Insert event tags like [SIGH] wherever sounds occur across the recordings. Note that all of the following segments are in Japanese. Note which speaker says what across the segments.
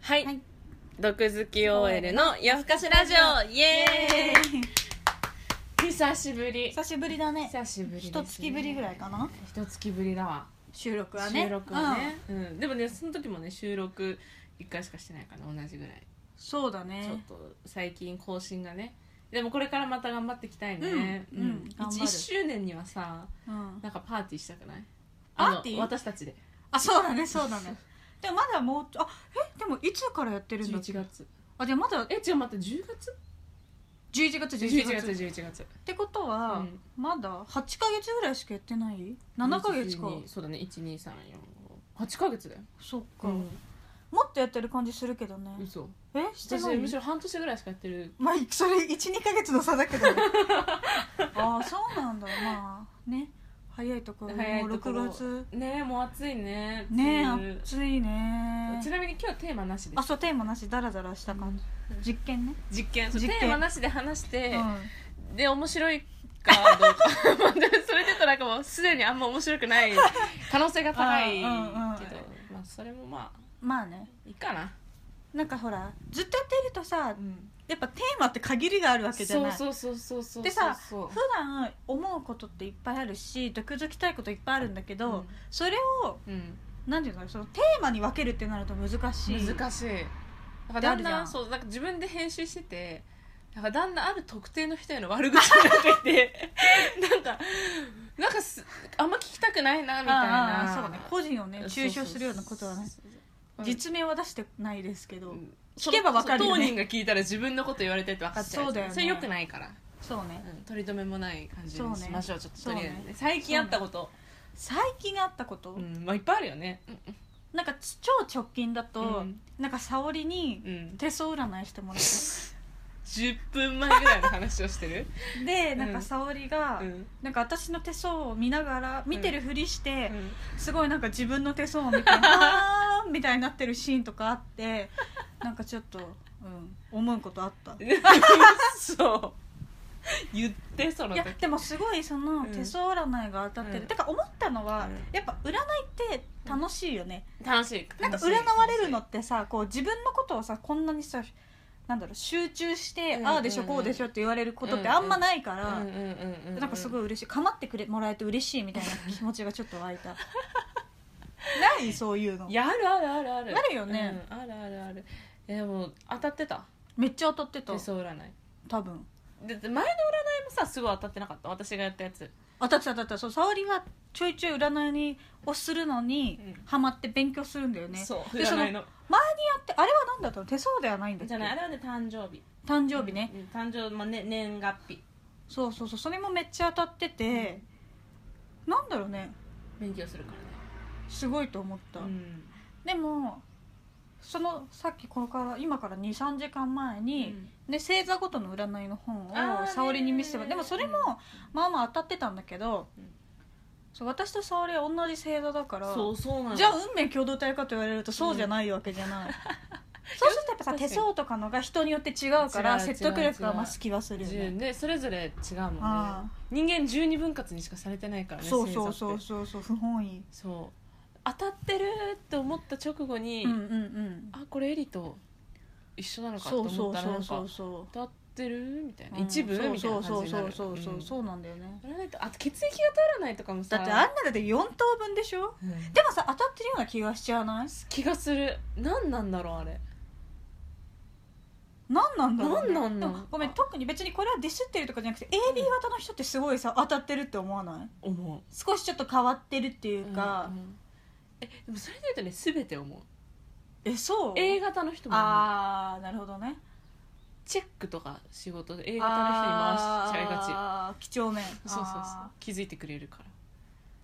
Speaker 1: はい、
Speaker 2: はい
Speaker 1: 毒好き OL の夜更かしラジオイエーイ久しぶり
Speaker 2: [LAUGHS] 久しぶりだね
Speaker 1: 久しぶりですね
Speaker 2: 一月ぶりぐらいかな
Speaker 1: 一月ぶりだわ
Speaker 2: 収録はね
Speaker 1: 収録はね、うんでもねその時もね収録1回しかしてないから同じぐらい、
Speaker 2: うんそうだ
Speaker 1: ちょっ
Speaker 2: ね
Speaker 1: と最近更新がねでもこれからまた頑張っていきたいね
Speaker 2: うんうん頑張る
Speaker 1: 1, 周年にはさ
Speaker 2: うん
Speaker 1: なんかパーティーしたくない
Speaker 2: パーティー
Speaker 1: あの私たちで
Speaker 2: あそうだねそうだね [LAUGHS] でもまだもうあえでもいつからやってるんだっけ
Speaker 1: 11月
Speaker 2: あでもまだ
Speaker 1: え違う待って10月
Speaker 2: 11月11
Speaker 1: 11
Speaker 2: 月
Speaker 1: 月11月
Speaker 2: ってことは、
Speaker 1: うん
Speaker 2: まだ8か月ぐらいしかやってない7か月か
Speaker 1: 12そうだね12348ヶ月だよ、
Speaker 2: そっか、もっとやってる感じするけどね
Speaker 1: 嘘
Speaker 2: えしてな
Speaker 1: 私
Speaker 2: い
Speaker 1: むしろ半年ぐらいしかやってる
Speaker 2: まあそれ12か月の差だ
Speaker 1: [LAUGHS]
Speaker 2: けどねああそうなんだまあね早いところも
Speaker 1: 早いうところ
Speaker 2: 6月
Speaker 1: ねえもう暑いね
Speaker 2: ね
Speaker 1: 梅雨
Speaker 2: 暑いね
Speaker 1: ちなみに今日テーマなしで
Speaker 2: あ
Speaker 1: す
Speaker 2: そうテーマなしダラダラした感じ、実験ね、
Speaker 1: 実験
Speaker 2: 実験
Speaker 1: テーマなしで話して、
Speaker 2: うん
Speaker 1: で面白いかどうか [LAUGHS] まあでもそれで言うとなんかもうすでにあんま面白く
Speaker 2: [LAUGHS]
Speaker 1: ない可能性が高いけど、
Speaker 2: うんうんうん
Speaker 1: まあそれもまあ
Speaker 2: まあね
Speaker 1: いいかな、
Speaker 2: なんかほらずっとやっているとさやっぱテーマって限りがあるわけじゃ
Speaker 1: そ
Speaker 2: な
Speaker 1: う
Speaker 2: い
Speaker 1: そうそうそうそう
Speaker 2: でさ
Speaker 1: そう
Speaker 2: 普段思うことっていっぱいあるし毒づきたいこといっぱいあるんだけど、
Speaker 1: うん
Speaker 2: それを
Speaker 1: うん
Speaker 2: なんていうのそのテーマに分けるってなると難しい
Speaker 1: 難しいだからだんだんそうなんか自分で編集しててだからだんだんある特定の人への悪口になってき
Speaker 2: [LAUGHS]
Speaker 1: てなんかなんかすあんま聞きたくないなみたい
Speaker 2: ああ
Speaker 1: な
Speaker 2: そうね個人をね中傷するようなことはね実名は出してないですけど、聞けばわ
Speaker 1: 分
Speaker 2: かるよね
Speaker 1: 当人が聞いたら自分のこと言われてって分かっちゃう
Speaker 2: そうだよね
Speaker 1: それよくないから、
Speaker 2: そうね
Speaker 1: うん、取り留めもない感じ
Speaker 2: そう
Speaker 1: に
Speaker 2: ね
Speaker 1: しましょうちょっととりあえずね
Speaker 2: そうね
Speaker 1: 最近あったこと
Speaker 2: 最近あったこと、
Speaker 1: う、んまあ、いっぱいあるよね
Speaker 2: なんか超直近だと、
Speaker 1: うん
Speaker 2: なんか沙織に
Speaker 1: うん
Speaker 2: 手相占いしてもらっ
Speaker 1: 10分前ぐらいの話を
Speaker 2: [LAUGHS]
Speaker 1: してる、
Speaker 2: てでなんか沙織が、
Speaker 1: うん
Speaker 2: なんか私の手相を見ながら見てるふりして、
Speaker 1: うん
Speaker 2: すごいなんか自分の手相を
Speaker 1: [LAUGHS]
Speaker 2: 見て「あー」みたいになってるシーンとかあってなんかちょっと、うん、思うことあったい
Speaker 1: [LAUGHS] そう言ってその
Speaker 2: や
Speaker 1: 時
Speaker 2: でもすごいその
Speaker 1: うん
Speaker 2: 手相占いが当たってる、
Speaker 1: うん
Speaker 2: てか思ったのは、
Speaker 1: うん
Speaker 2: やっぱ占いって楽しいよね、
Speaker 1: 楽しい
Speaker 2: なんか占われるのってさこう自分のことをさこんなにさなんだろう集中して、
Speaker 1: うん
Speaker 2: ああでしょこうでしょって言われることってあんまないから、
Speaker 1: うんうんうんうん、
Speaker 2: なんかすご
Speaker 1: い
Speaker 2: い嬉しい構ってくれもらえて嬉しいみ
Speaker 1: [LAUGHS]
Speaker 2: たいな気持ちがちょっと湧いたないそういうの
Speaker 1: いやあるあるあるある
Speaker 2: あるよね、
Speaker 1: うんあるあるあるいやでも当たってた
Speaker 2: めっちゃ当たってた
Speaker 1: 手相占い
Speaker 2: 多分
Speaker 1: だって前の占いもさすごい当たってなかった私がやったやつ
Speaker 2: 当たってた当たってたそう沙織はちょいちょい占いをするのに
Speaker 1: うん
Speaker 2: ハマって勉強するんだよね、
Speaker 1: そう
Speaker 2: でその
Speaker 1: 占いの
Speaker 2: だってあれは何だったの手相ではないんだっ
Speaker 1: じ
Speaker 2: け
Speaker 1: ゃないあれはね誕生日
Speaker 2: 誕生日ね、
Speaker 1: うん、誕生、まあね、年月日
Speaker 2: そうそうそうそれもめっちゃ当たってて、なんだろうね
Speaker 1: 勉強するから
Speaker 2: すごいと思った、
Speaker 1: ねうん
Speaker 2: でもそのさっきこれから今から23時間前に、ね、星座ごとの占いの本
Speaker 1: あーねー
Speaker 2: を沙織に見せてもらでもそれもまあまあ当たってたんだけど、
Speaker 1: うん
Speaker 2: そう私と沙織は同じ星座だから
Speaker 1: そうそうなの
Speaker 2: じゃあ運命共同体かと言われるとそうじゃないわけじゃない、そうするとやっぱさ
Speaker 1: 確か
Speaker 2: 手
Speaker 1: に
Speaker 2: 相とかのが人によって違うから
Speaker 1: 違う違う
Speaker 2: 説得力が増す気はするよね
Speaker 1: ねそれぞれ違うもんね
Speaker 2: あ
Speaker 1: 人間12分割にしかされてないから
Speaker 2: あ
Speaker 1: ね
Speaker 2: そうそう
Speaker 1: 星座っ
Speaker 2: そう
Speaker 1: て
Speaker 2: そうそう不本意
Speaker 1: そう当たってるって思った直後に、
Speaker 2: うんうんうん
Speaker 1: あこれエリと一緒なのかと
Speaker 2: そう
Speaker 1: 思
Speaker 2: そ
Speaker 1: っ
Speaker 2: う
Speaker 1: たら
Speaker 2: そ
Speaker 1: なん
Speaker 2: うそ
Speaker 1: か
Speaker 2: うそう
Speaker 1: 当たってるみたいな、
Speaker 2: うん
Speaker 1: 一部みたいな
Speaker 2: そ
Speaker 1: 感
Speaker 2: う
Speaker 1: じに
Speaker 2: そ
Speaker 1: な
Speaker 2: う
Speaker 1: る
Speaker 2: そうそうそう
Speaker 1: う
Speaker 2: そうなんだよね
Speaker 1: ん占いとあと血液型占いとかもさ
Speaker 2: だってあんなので4等分でしょ
Speaker 1: うん
Speaker 2: でもさ当たってるような気がしちゃわない
Speaker 1: 気がする何なんだろうあれ
Speaker 2: なんなんだろう、ね、
Speaker 1: なんなんなん
Speaker 2: でもごめん特に別にこれはディスってるとかじゃなくて AB 型の人ってすごいさ当たってるって思わない
Speaker 1: 思
Speaker 2: 少しちょっと変わってるっていううか、
Speaker 1: んうんえでもそれで言うとね全て思う
Speaker 2: えそう
Speaker 1: A 型の人も思う
Speaker 2: ああなるほどね
Speaker 1: チェックとか仕事で A
Speaker 2: A
Speaker 1: 型の人に回しちゃいがち
Speaker 2: ち貴重面
Speaker 1: そうそうそう
Speaker 2: あ
Speaker 1: 気づいてくれるから
Speaker 2: ー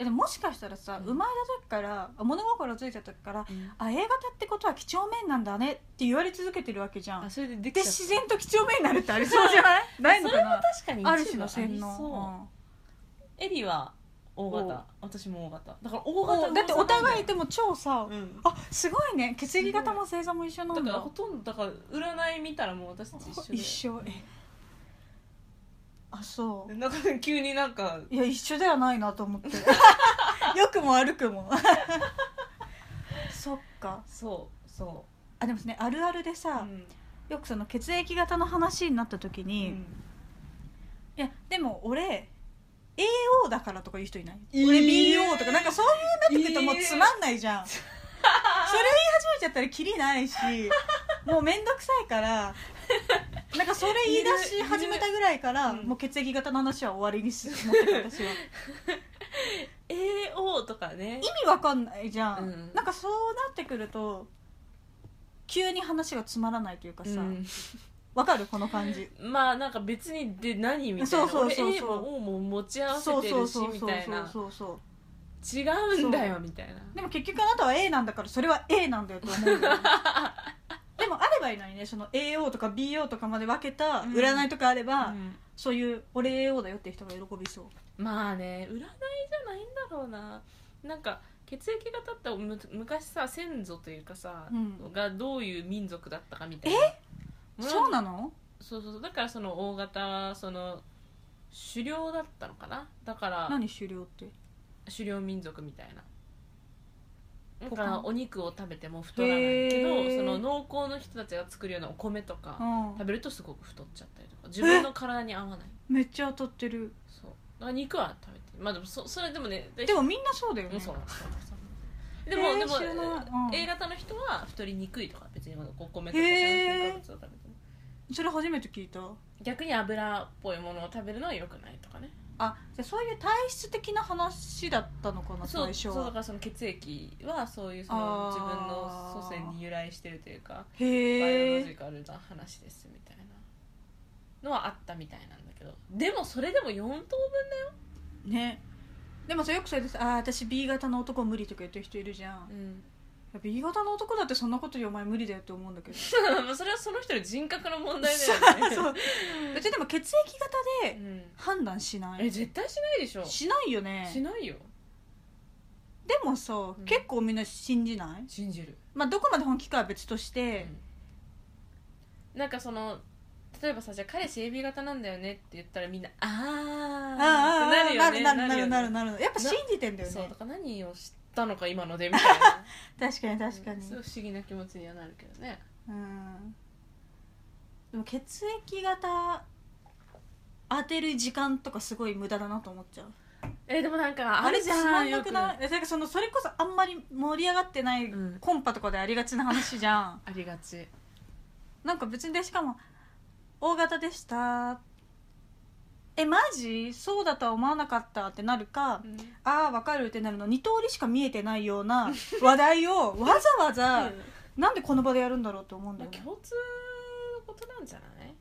Speaker 2: えでももしかしたらさ
Speaker 1: うん
Speaker 2: 生まれた時からあ物心ついた時からあ A 型ってことは貴重面なんだねって言われ続けてるわけじゃん
Speaker 1: あそれでで
Speaker 2: で
Speaker 1: きち
Speaker 2: 自然と貴重面になるってありそうじゃないないのか
Speaker 1: ゃ
Speaker 2: な
Speaker 1: 確かに一部
Speaker 2: ある種の洗
Speaker 1: ありそう
Speaker 2: 脳、
Speaker 1: エリは大型
Speaker 2: お
Speaker 1: 私も大型だから大
Speaker 2: う
Speaker 1: 型
Speaker 2: んだってお互いいても超さ、
Speaker 1: うん
Speaker 2: あすごいね血液型も星座も一緒な
Speaker 1: だ
Speaker 2: ん
Speaker 1: から
Speaker 2: だ
Speaker 1: ほとんどだから占い見たらもう私たち一緒で
Speaker 2: 一緒えあそ
Speaker 1: なんかね急になんか
Speaker 2: ういや一緒ではないな
Speaker 1: [LAUGHS]
Speaker 2: と思って良くも悪くもそっか
Speaker 1: そうそう
Speaker 2: あでもねあるあるでさ、よくその血液型の話になった時
Speaker 1: うん
Speaker 2: に、いやでも俺 AO だからとか言う人いない、
Speaker 1: いい
Speaker 2: 俺 BO とかなんかそういうなってくるともう
Speaker 1: いい
Speaker 2: つまんないじゃん、それ言い始めちゃったらキリない
Speaker 1: [LAUGHS]
Speaker 2: しもう面倒くさいからなんかそれ言い出し始めたぐらいから
Speaker 1: いるうん
Speaker 2: もう血液型の話は終わりにし持ってた
Speaker 1: [LAUGHS]
Speaker 2: 私は
Speaker 1: AO とかね
Speaker 2: 意味わかんないじゃん、
Speaker 1: うん
Speaker 2: なんかそうなってくると急に話がつまらないというかさわ、かるこの感じ
Speaker 1: うんまあなんか別にで何みたいな
Speaker 2: そうそうそうそう
Speaker 1: 俺 A も O も持ち合わ
Speaker 2: そ
Speaker 1: せて
Speaker 2: うそ
Speaker 1: る
Speaker 2: う
Speaker 1: し
Speaker 2: そう
Speaker 1: み
Speaker 2: そう
Speaker 1: たいな
Speaker 2: そうそう
Speaker 1: 違うんだよみたいな
Speaker 2: でも結局あなたは A なんだからそれは A なんだよと
Speaker 1: [LAUGHS]
Speaker 2: 思うよでもあればいいのにねその AO とか BO とかまで分けた
Speaker 1: うん
Speaker 2: 占いとかあれば、
Speaker 1: うん
Speaker 2: そういう「俺 AO だよ」って人が喜びそう
Speaker 1: まあね占いじゃないんだろうななんか血液型ってむ昔さ先祖というかさ、
Speaker 2: うん
Speaker 1: がどういう民族だったかみたいなえ
Speaker 2: そうなの
Speaker 1: そうそうそうだからその大型はその狩猟だったのかなだから
Speaker 2: 何狩猟って
Speaker 1: 狩猟民族みたいなだ
Speaker 2: 他
Speaker 1: からお肉を食べても太らないけ
Speaker 2: へ
Speaker 1: ど
Speaker 2: ー
Speaker 1: その農耕の人たちが作るようなお米とか
Speaker 2: うん
Speaker 1: 食べるとすごく太っちゃったりとか自分の体に合わない
Speaker 2: めっちゃ当たってる
Speaker 1: そうだから肉は食べてまあでもそそれでもね
Speaker 2: でもみんなそうだよ
Speaker 1: う
Speaker 2: ね
Speaker 1: んそうそうで
Speaker 2: へー
Speaker 1: も、でも
Speaker 2: 知らないうん
Speaker 1: A 型の人は太りにくいとか別にお米とか
Speaker 2: へー
Speaker 1: 炭水化物を食べても
Speaker 2: それ初めて聞いた
Speaker 1: 逆に油っぽいものを食べるのは良くないとかね
Speaker 2: あじゃあそういう体質的な話だったのかな
Speaker 1: そ
Speaker 2: 最
Speaker 1: う
Speaker 2: 初
Speaker 1: そうだか
Speaker 2: は
Speaker 1: らその血液はそういうそ
Speaker 2: あー
Speaker 1: の自分の祖先に由来してるというかバイオ
Speaker 2: へ
Speaker 1: ロジ
Speaker 2: え
Speaker 1: カルな話ですみたいなのはあったみたいなんだけどでもそれでも4等分
Speaker 2: ねでもさよくそれでさ「あー私 B 型の男無理」とか言ってる人いるじゃん
Speaker 1: だよ、
Speaker 2: B 型の男だってそんなこと言うお前無理だよって思うんだけど
Speaker 1: まあ [LAUGHS] それはその人の人格の問題だよね
Speaker 2: [LAUGHS] そう別にでも血液型
Speaker 1: う
Speaker 2: で
Speaker 1: ん、
Speaker 2: 判断しな
Speaker 1: え
Speaker 2: い
Speaker 1: 絶対しないでしょし
Speaker 2: しないよね
Speaker 1: ないよ
Speaker 2: でもさ、
Speaker 1: ん
Speaker 2: 結構みんな信じない
Speaker 1: 信じる
Speaker 2: まあどこまで本気かは別として、
Speaker 1: なんかその例えばさじゃあ彼氏 AB 型なんだよねって言ったらみんな「あ
Speaker 2: ああ
Speaker 1: ー」ってなるよ
Speaker 2: な
Speaker 1: ね
Speaker 2: るなるなる
Speaker 1: よね
Speaker 2: なるなるやっぱ信じてんだよ
Speaker 1: そう
Speaker 2: ね
Speaker 1: だから何を知ったのか今のでみたいな
Speaker 2: 確かに [LAUGHS] 確かに
Speaker 1: すごい不思議な気持ちにはなるけどね
Speaker 2: うんでも血液型当てる時間とかすごい無駄だなと思っちゃう
Speaker 1: えでもなんか
Speaker 2: あ
Speaker 1: あ
Speaker 2: れ
Speaker 1: れ
Speaker 2: つ
Speaker 1: じゃ
Speaker 2: ま
Speaker 1: ん
Speaker 2: んなくないえなんかそのそれこそあんまり盛り上がってない
Speaker 1: うん
Speaker 2: コンパとかでありがちな話じゃん
Speaker 1: ありがち
Speaker 2: なんか別にでしかも「大型でした」えマジそうだとは思わなかったってなるか「ああわかる」ってなるの2通りしか見えてないような話
Speaker 1: [LAUGHS]
Speaker 2: 題をわざわ
Speaker 1: ま
Speaker 2: ざ
Speaker 1: あ
Speaker 2: なんでこの場でやるんだろうと思うんだよね
Speaker 1: 共通のことなんじゃない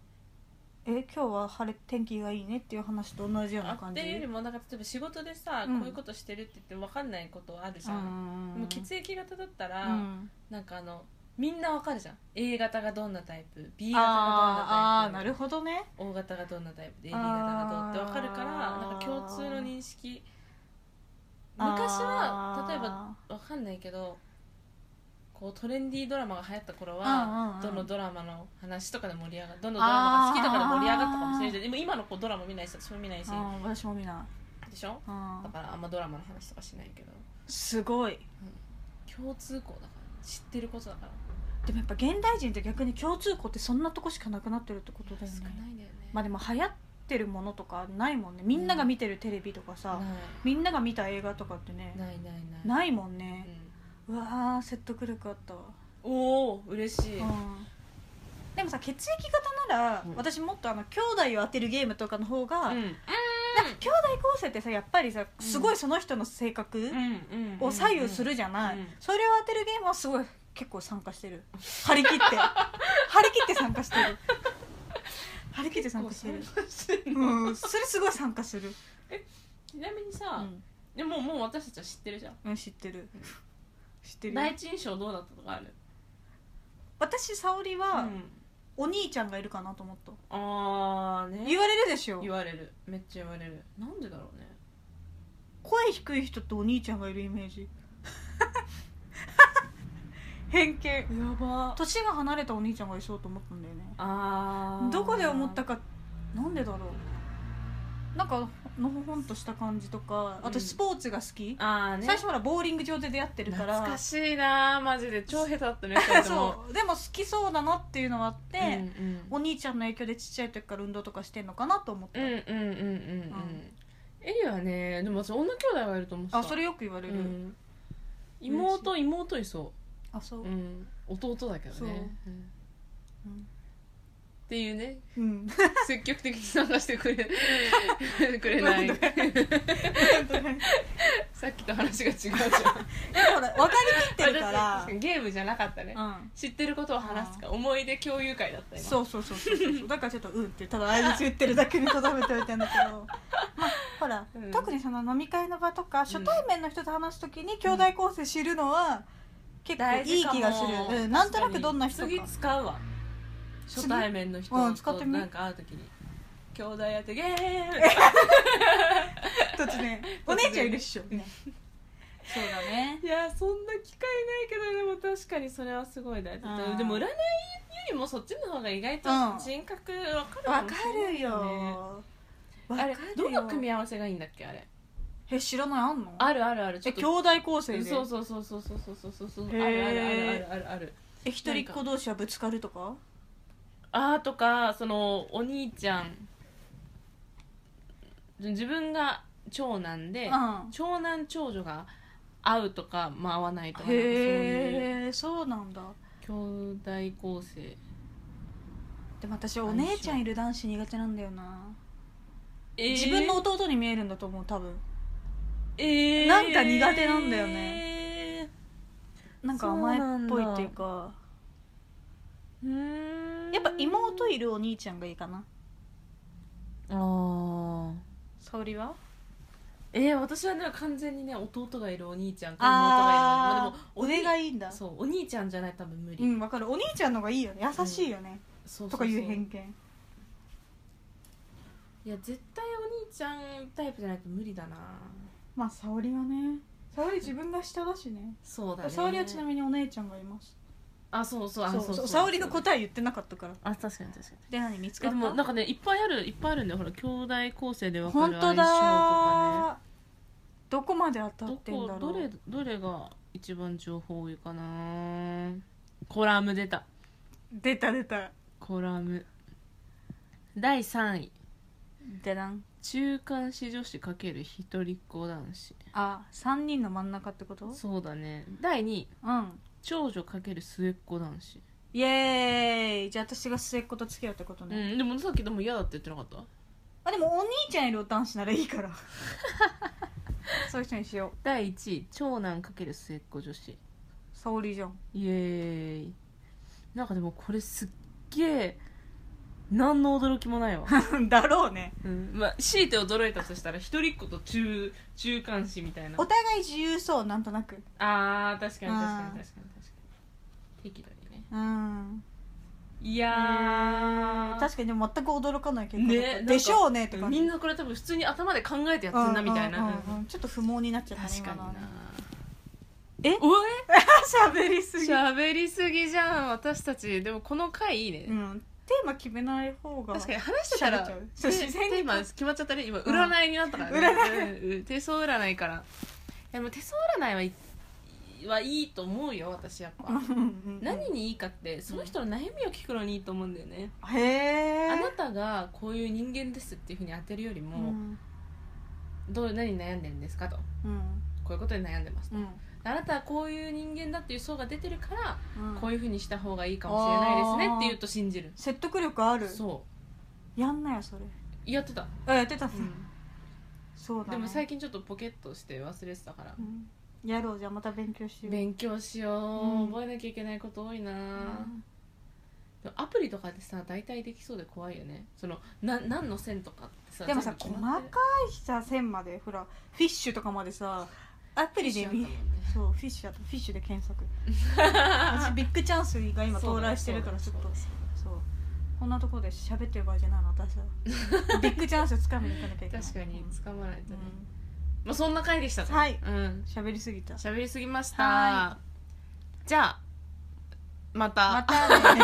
Speaker 2: え今日は晴れ天気がいいねっていう話と同じような
Speaker 1: あっ
Speaker 2: 感
Speaker 1: て
Speaker 2: じ
Speaker 1: いうよりもなんか例えば仕事でさ
Speaker 2: うん
Speaker 1: こういうことしてるって言って分かんないことあるじ
Speaker 2: う
Speaker 1: ゃん
Speaker 2: ん
Speaker 1: でも血液型だったら
Speaker 2: うん
Speaker 1: なんかあのみんなわかるじゃん A 型がどんなタイプ B 型
Speaker 2: あーあ
Speaker 1: が
Speaker 2: ー
Speaker 1: どんなタ
Speaker 2: な
Speaker 1: イ
Speaker 2: るほどね
Speaker 1: プ O 型がどんなタイプで AB 型がどうってわかるから
Speaker 2: あー
Speaker 1: なんか共通の認識昔は例えばわかんないけどこうトレンディードラマが流行った頃
Speaker 2: うんうんう
Speaker 1: は
Speaker 2: ん
Speaker 1: どのドラマの話とかで盛り上がどのドラマが好きとかで盛り上がったかもしれないじゃんでも今の子ドラマ見ないし私も見ないし
Speaker 2: あーあー私も見な
Speaker 1: でしょ
Speaker 2: いうん
Speaker 1: だからあんまドラマの話とかしないけど
Speaker 2: すごい
Speaker 1: 共通項だから知ってることだから
Speaker 2: でもやっぱ現代人って逆に共通項ってそんなとこしかなくなってるってことだよ
Speaker 1: 少
Speaker 2: ね
Speaker 1: ないんだよね
Speaker 2: まあでも流行ってるものとかないもんねみんなが見てるテレビとかさ、
Speaker 1: な
Speaker 2: みんなが見た映画とかってね
Speaker 1: いないないない
Speaker 2: ないもん
Speaker 1: う
Speaker 2: ね、
Speaker 1: ん
Speaker 2: うわー説得力あったわ、
Speaker 1: おお嬉しい、
Speaker 2: うんでもさ血液型なら、
Speaker 1: うん
Speaker 2: 私もっとあの兄弟を当てるゲームとかの方が、
Speaker 1: うん
Speaker 2: 兄弟構成ってさやっぱりさすごいその人の性格
Speaker 1: うん
Speaker 2: を左右する
Speaker 1: じ
Speaker 2: じゃない、
Speaker 1: うん
Speaker 2: それを当てるゲームはすごい結構参加してる張り切って張り切って参加してる張り切って参加してるうん、それすごい参加する、
Speaker 1: ちなみに
Speaker 2: う
Speaker 1: さ、
Speaker 2: ん
Speaker 1: でももう私たちは知ってるじゃん
Speaker 2: うん、知ってる知ってる
Speaker 1: 第一印象どうだったとかある
Speaker 2: 私沙織
Speaker 1: う
Speaker 2: は
Speaker 1: ん
Speaker 2: お兄ちゃんがいるかなと思った、
Speaker 1: ああね
Speaker 2: 言われるでしょ
Speaker 1: 言われるめっちゃ言われるなんでだろうね
Speaker 2: 声低い人とお兄ちゃんがいるイメー
Speaker 1: [LAUGHS]
Speaker 2: ジ偏見
Speaker 1: やば
Speaker 2: 年が離れたお兄ちゃんがいそうと思ったんだよね
Speaker 1: あー
Speaker 2: どこで思ったかなんでだろうなんかのほほんとした感じとかあと
Speaker 1: うん
Speaker 2: スポーツが好き、
Speaker 1: ああね
Speaker 2: 最初ほらボーリング場で出会ってるから
Speaker 1: 懐かしいなマジで超下手だったね2人とも
Speaker 2: そうでも好きそうだなっていうのはあって、
Speaker 1: うんうん
Speaker 2: お兄ちゃんの影響でちっちゃい時から運動とかしてんのかなと思っ
Speaker 1: う
Speaker 2: た、
Speaker 1: んうんうんうんうんエリはねでも私女兄弟がいると思ってた
Speaker 2: あそれよく言われる、
Speaker 1: うん妹妹いそ、
Speaker 2: あそうう
Speaker 1: うん、弟だけど
Speaker 2: そう
Speaker 1: ね、うん
Speaker 2: うん、
Speaker 1: っていうね
Speaker 2: うん、
Speaker 1: 積極的に参加して
Speaker 2: [LAUGHS]
Speaker 1: くれくれない
Speaker 2: なん
Speaker 1: さっきと話が違うじゃん
Speaker 2: ほら分かりきってるから
Speaker 1: [LAUGHS] 私、ゲームじゃなかったね
Speaker 2: う
Speaker 1: 知ってることを話すか思い出共有会だった
Speaker 2: ん、
Speaker 1: 今
Speaker 2: そうそうそうそ
Speaker 1: [LAUGHS]
Speaker 2: うそうだからちょっと「うん」ってただ相槌打ってるだけにとどめておいたんだけ
Speaker 1: [LAUGHS]
Speaker 2: どまあほら、
Speaker 1: うん
Speaker 2: 特にその飲み会の場とか初対面の人と話す時に兄弟構成知るのは結構
Speaker 1: 大
Speaker 2: い
Speaker 1: 事
Speaker 2: い
Speaker 1: かも
Speaker 2: 気がする、うん、なんとなくどんな人か
Speaker 1: 次使うわ初対面の人
Speaker 2: うん使ってみ
Speaker 1: なんか会う時に兄弟やってゲーム [LAUGHS]
Speaker 2: 突然お姉ちゃんいるっしょ、ね、そうだね
Speaker 1: いやそんな機会ないけどでも確かにそれはすごい大事
Speaker 2: うん
Speaker 1: でも占いよりもそっちの方が意外と
Speaker 2: うん
Speaker 1: 人格わかる
Speaker 2: わ
Speaker 1: も
Speaker 2: か
Speaker 1: しれない
Speaker 2: るよわ
Speaker 1: ねあ
Speaker 2: かる
Speaker 1: れど
Speaker 2: よ
Speaker 1: の組み合わせがいいんだっけあれ
Speaker 2: え知らないあんの
Speaker 1: あるあるあるちょ
Speaker 2: え
Speaker 1: っと
Speaker 2: 兄弟構成で
Speaker 1: そうそうそうそうそうそうそうそうそうあ
Speaker 2: へ
Speaker 1: る
Speaker 2: ー
Speaker 1: あるあるあるあるある
Speaker 2: え一人っ子同士はぶつかるとか
Speaker 1: あーとかそのお兄ちゃん自分が長男で
Speaker 2: うん
Speaker 1: 長男長女が会うとか、まあ、会わないとかなんかそういう
Speaker 2: へえそうなんだ
Speaker 1: 兄弟構成
Speaker 2: でも私お姉ちゃんいる男子苦手なんだよな、
Speaker 1: えー
Speaker 2: 自分の弟に見えるんだと思う多分
Speaker 1: えー
Speaker 2: なんか苦手なんだよねなんか甘えっぽいっていうか
Speaker 1: うーん
Speaker 2: やっぱ妹いるお兄ちゃんがいいかな
Speaker 1: あー
Speaker 2: 沙織は
Speaker 1: えー、私はね完全にね弟がいるお兄ちゃんか妹がいるまあ
Speaker 2: あ
Speaker 1: でも
Speaker 2: あ
Speaker 1: お
Speaker 2: 俺
Speaker 1: 兄
Speaker 2: がいいんだ
Speaker 1: そうお兄ちゃんじゃないと多分無理、
Speaker 2: うんわかるお兄ちゃんの方がいいよね優しいよね、
Speaker 1: そうそうそう
Speaker 2: とかいう偏見
Speaker 1: いや絶対お兄ちゃんタイプじゃないと無理だな
Speaker 2: まあ沙織はね沙織自分が下だしね
Speaker 1: そうだね
Speaker 2: 沙織はちなみにお姉ちゃんがいます
Speaker 1: あそうそうあ
Speaker 2: そうそう沙織の答え言ってなかったから
Speaker 1: あ確かに確かに
Speaker 2: で何見つ
Speaker 1: え
Speaker 2: か
Speaker 1: で
Speaker 2: った
Speaker 1: もなんかねいっぱいあるいっぱいあるんだよほら兄弟構成で分か
Speaker 2: 本
Speaker 1: る
Speaker 2: 当
Speaker 1: 相性とか
Speaker 2: だどこまで当た
Speaker 1: ね
Speaker 2: ってんだろ
Speaker 1: ど
Speaker 2: う
Speaker 1: こどれどれが一番情報多いかなコラム出た
Speaker 2: 出た出た
Speaker 1: コラム第3位
Speaker 2: でなん
Speaker 1: 中間子女子×一人っ子男子
Speaker 2: あ三3人の真ん中ってことう
Speaker 1: そうだね第2位
Speaker 2: ん
Speaker 1: 長女×末っ子男子
Speaker 2: イエーイじゃあ私が末っ子と付き合うってこと
Speaker 1: う
Speaker 2: ね、
Speaker 1: んでもさっきでも嫌だって言ってなかった
Speaker 2: あでもお兄ちゃんいる男子ならいいから [LAUGHS] そういう人にしよ
Speaker 1: 第1位長男×末っ子女子
Speaker 2: う沙織じゃん
Speaker 1: イエーイなんかでもこれすっげえ何の驚きもないわ、
Speaker 2: [LAUGHS] だろうね
Speaker 1: うんまあ、強いて驚いたとしたら一人っ子と中中間子みたいな
Speaker 2: お互い自由そうなんとなく
Speaker 1: あー確かに確
Speaker 2: あ
Speaker 1: か
Speaker 2: ー
Speaker 1: に確かに確かに適度にね
Speaker 2: うん
Speaker 1: い
Speaker 2: え
Speaker 1: や
Speaker 2: ー
Speaker 1: ー
Speaker 2: 確かにでも全く驚かない結果だった
Speaker 1: ねなんか
Speaker 2: でしょうねって感じ
Speaker 1: みんなこれ多分普通に頭で考えてやってんなみたいな、
Speaker 2: うんうんうんうんちょっと不毛になっちゃったね
Speaker 1: 確かにな
Speaker 2: 今のはね
Speaker 1: えおえ
Speaker 2: [LAUGHS] 喋りすぎ
Speaker 1: 喋りすぎじゃん私たちでもこの回いいね、
Speaker 2: うん、テーマ決めない方が
Speaker 1: 確かに話してたら
Speaker 2: 喋っちゃうそう自然に
Speaker 1: 今決まっちゃったね今占いになったからね、うん、うん手相占いからいやでも手相占いはいはいいと思うよ私やっぱ
Speaker 2: うんうんうん
Speaker 1: 何にいいかってその人の悩みを聞くのにいいと思うんだよね、
Speaker 2: へえ
Speaker 1: あなたがこういう人間ですっていうふうに当てるより
Speaker 2: う
Speaker 1: も、
Speaker 2: ん
Speaker 1: どう何に悩んでるんですかとこ
Speaker 2: うん
Speaker 1: ういうことに悩んでますと、
Speaker 2: うん
Speaker 1: あなたはこういう人間だっていう層が出てるから、
Speaker 2: うん
Speaker 1: こういうふうにした方がいいかもしれないですねって言うと信じる
Speaker 2: 説得力ある
Speaker 1: そ
Speaker 2: やんなよそれ
Speaker 1: うやってた、
Speaker 2: あやってた、そう
Speaker 1: で
Speaker 2: だ、ね、
Speaker 1: も最
Speaker 2: 近、
Speaker 1: 近ちょっとポケットして忘れてたから、
Speaker 2: うん、やろうじゃあまた勉強しよう
Speaker 1: 勉強しよう、
Speaker 2: うん
Speaker 1: 覚えなきゃいけないこと多いな、
Speaker 2: うん
Speaker 1: でもアプリとかでさ大体できそうで怖いよねそのな何の線とかってさ
Speaker 2: でもさ
Speaker 1: 全部決
Speaker 2: 細か
Speaker 1: ま
Speaker 2: い
Speaker 1: ってる
Speaker 2: さ線までほらフィッシュとかまでさアプリで
Speaker 1: フ
Speaker 2: 見
Speaker 1: ィッシュあったもんね
Speaker 2: そうフィッシュやったフィッシュで
Speaker 1: [LAUGHS]
Speaker 2: 検索私ビッグチャンスが今到来してるからちょっと
Speaker 1: そうだそう
Speaker 2: そうこんなところで喋ってる場合じゃないの私
Speaker 1: [LAUGHS]
Speaker 2: はビッグチャンスをつかみに行かなきゃいけ
Speaker 1: だ
Speaker 2: ない
Speaker 1: 確かに
Speaker 2: うん
Speaker 1: 捕まらないとね、
Speaker 2: う
Speaker 1: まあそんな回でしたと
Speaker 2: はい
Speaker 1: うん
Speaker 2: ん喋りすぎた
Speaker 1: 喋りすぎました、
Speaker 2: は
Speaker 1: じゃあまた [LAUGHS]
Speaker 2: またね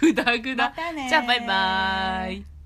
Speaker 1: グダグ
Speaker 2: ま
Speaker 1: ダ [LAUGHS]
Speaker 2: たね
Speaker 1: じゃあバイバーイ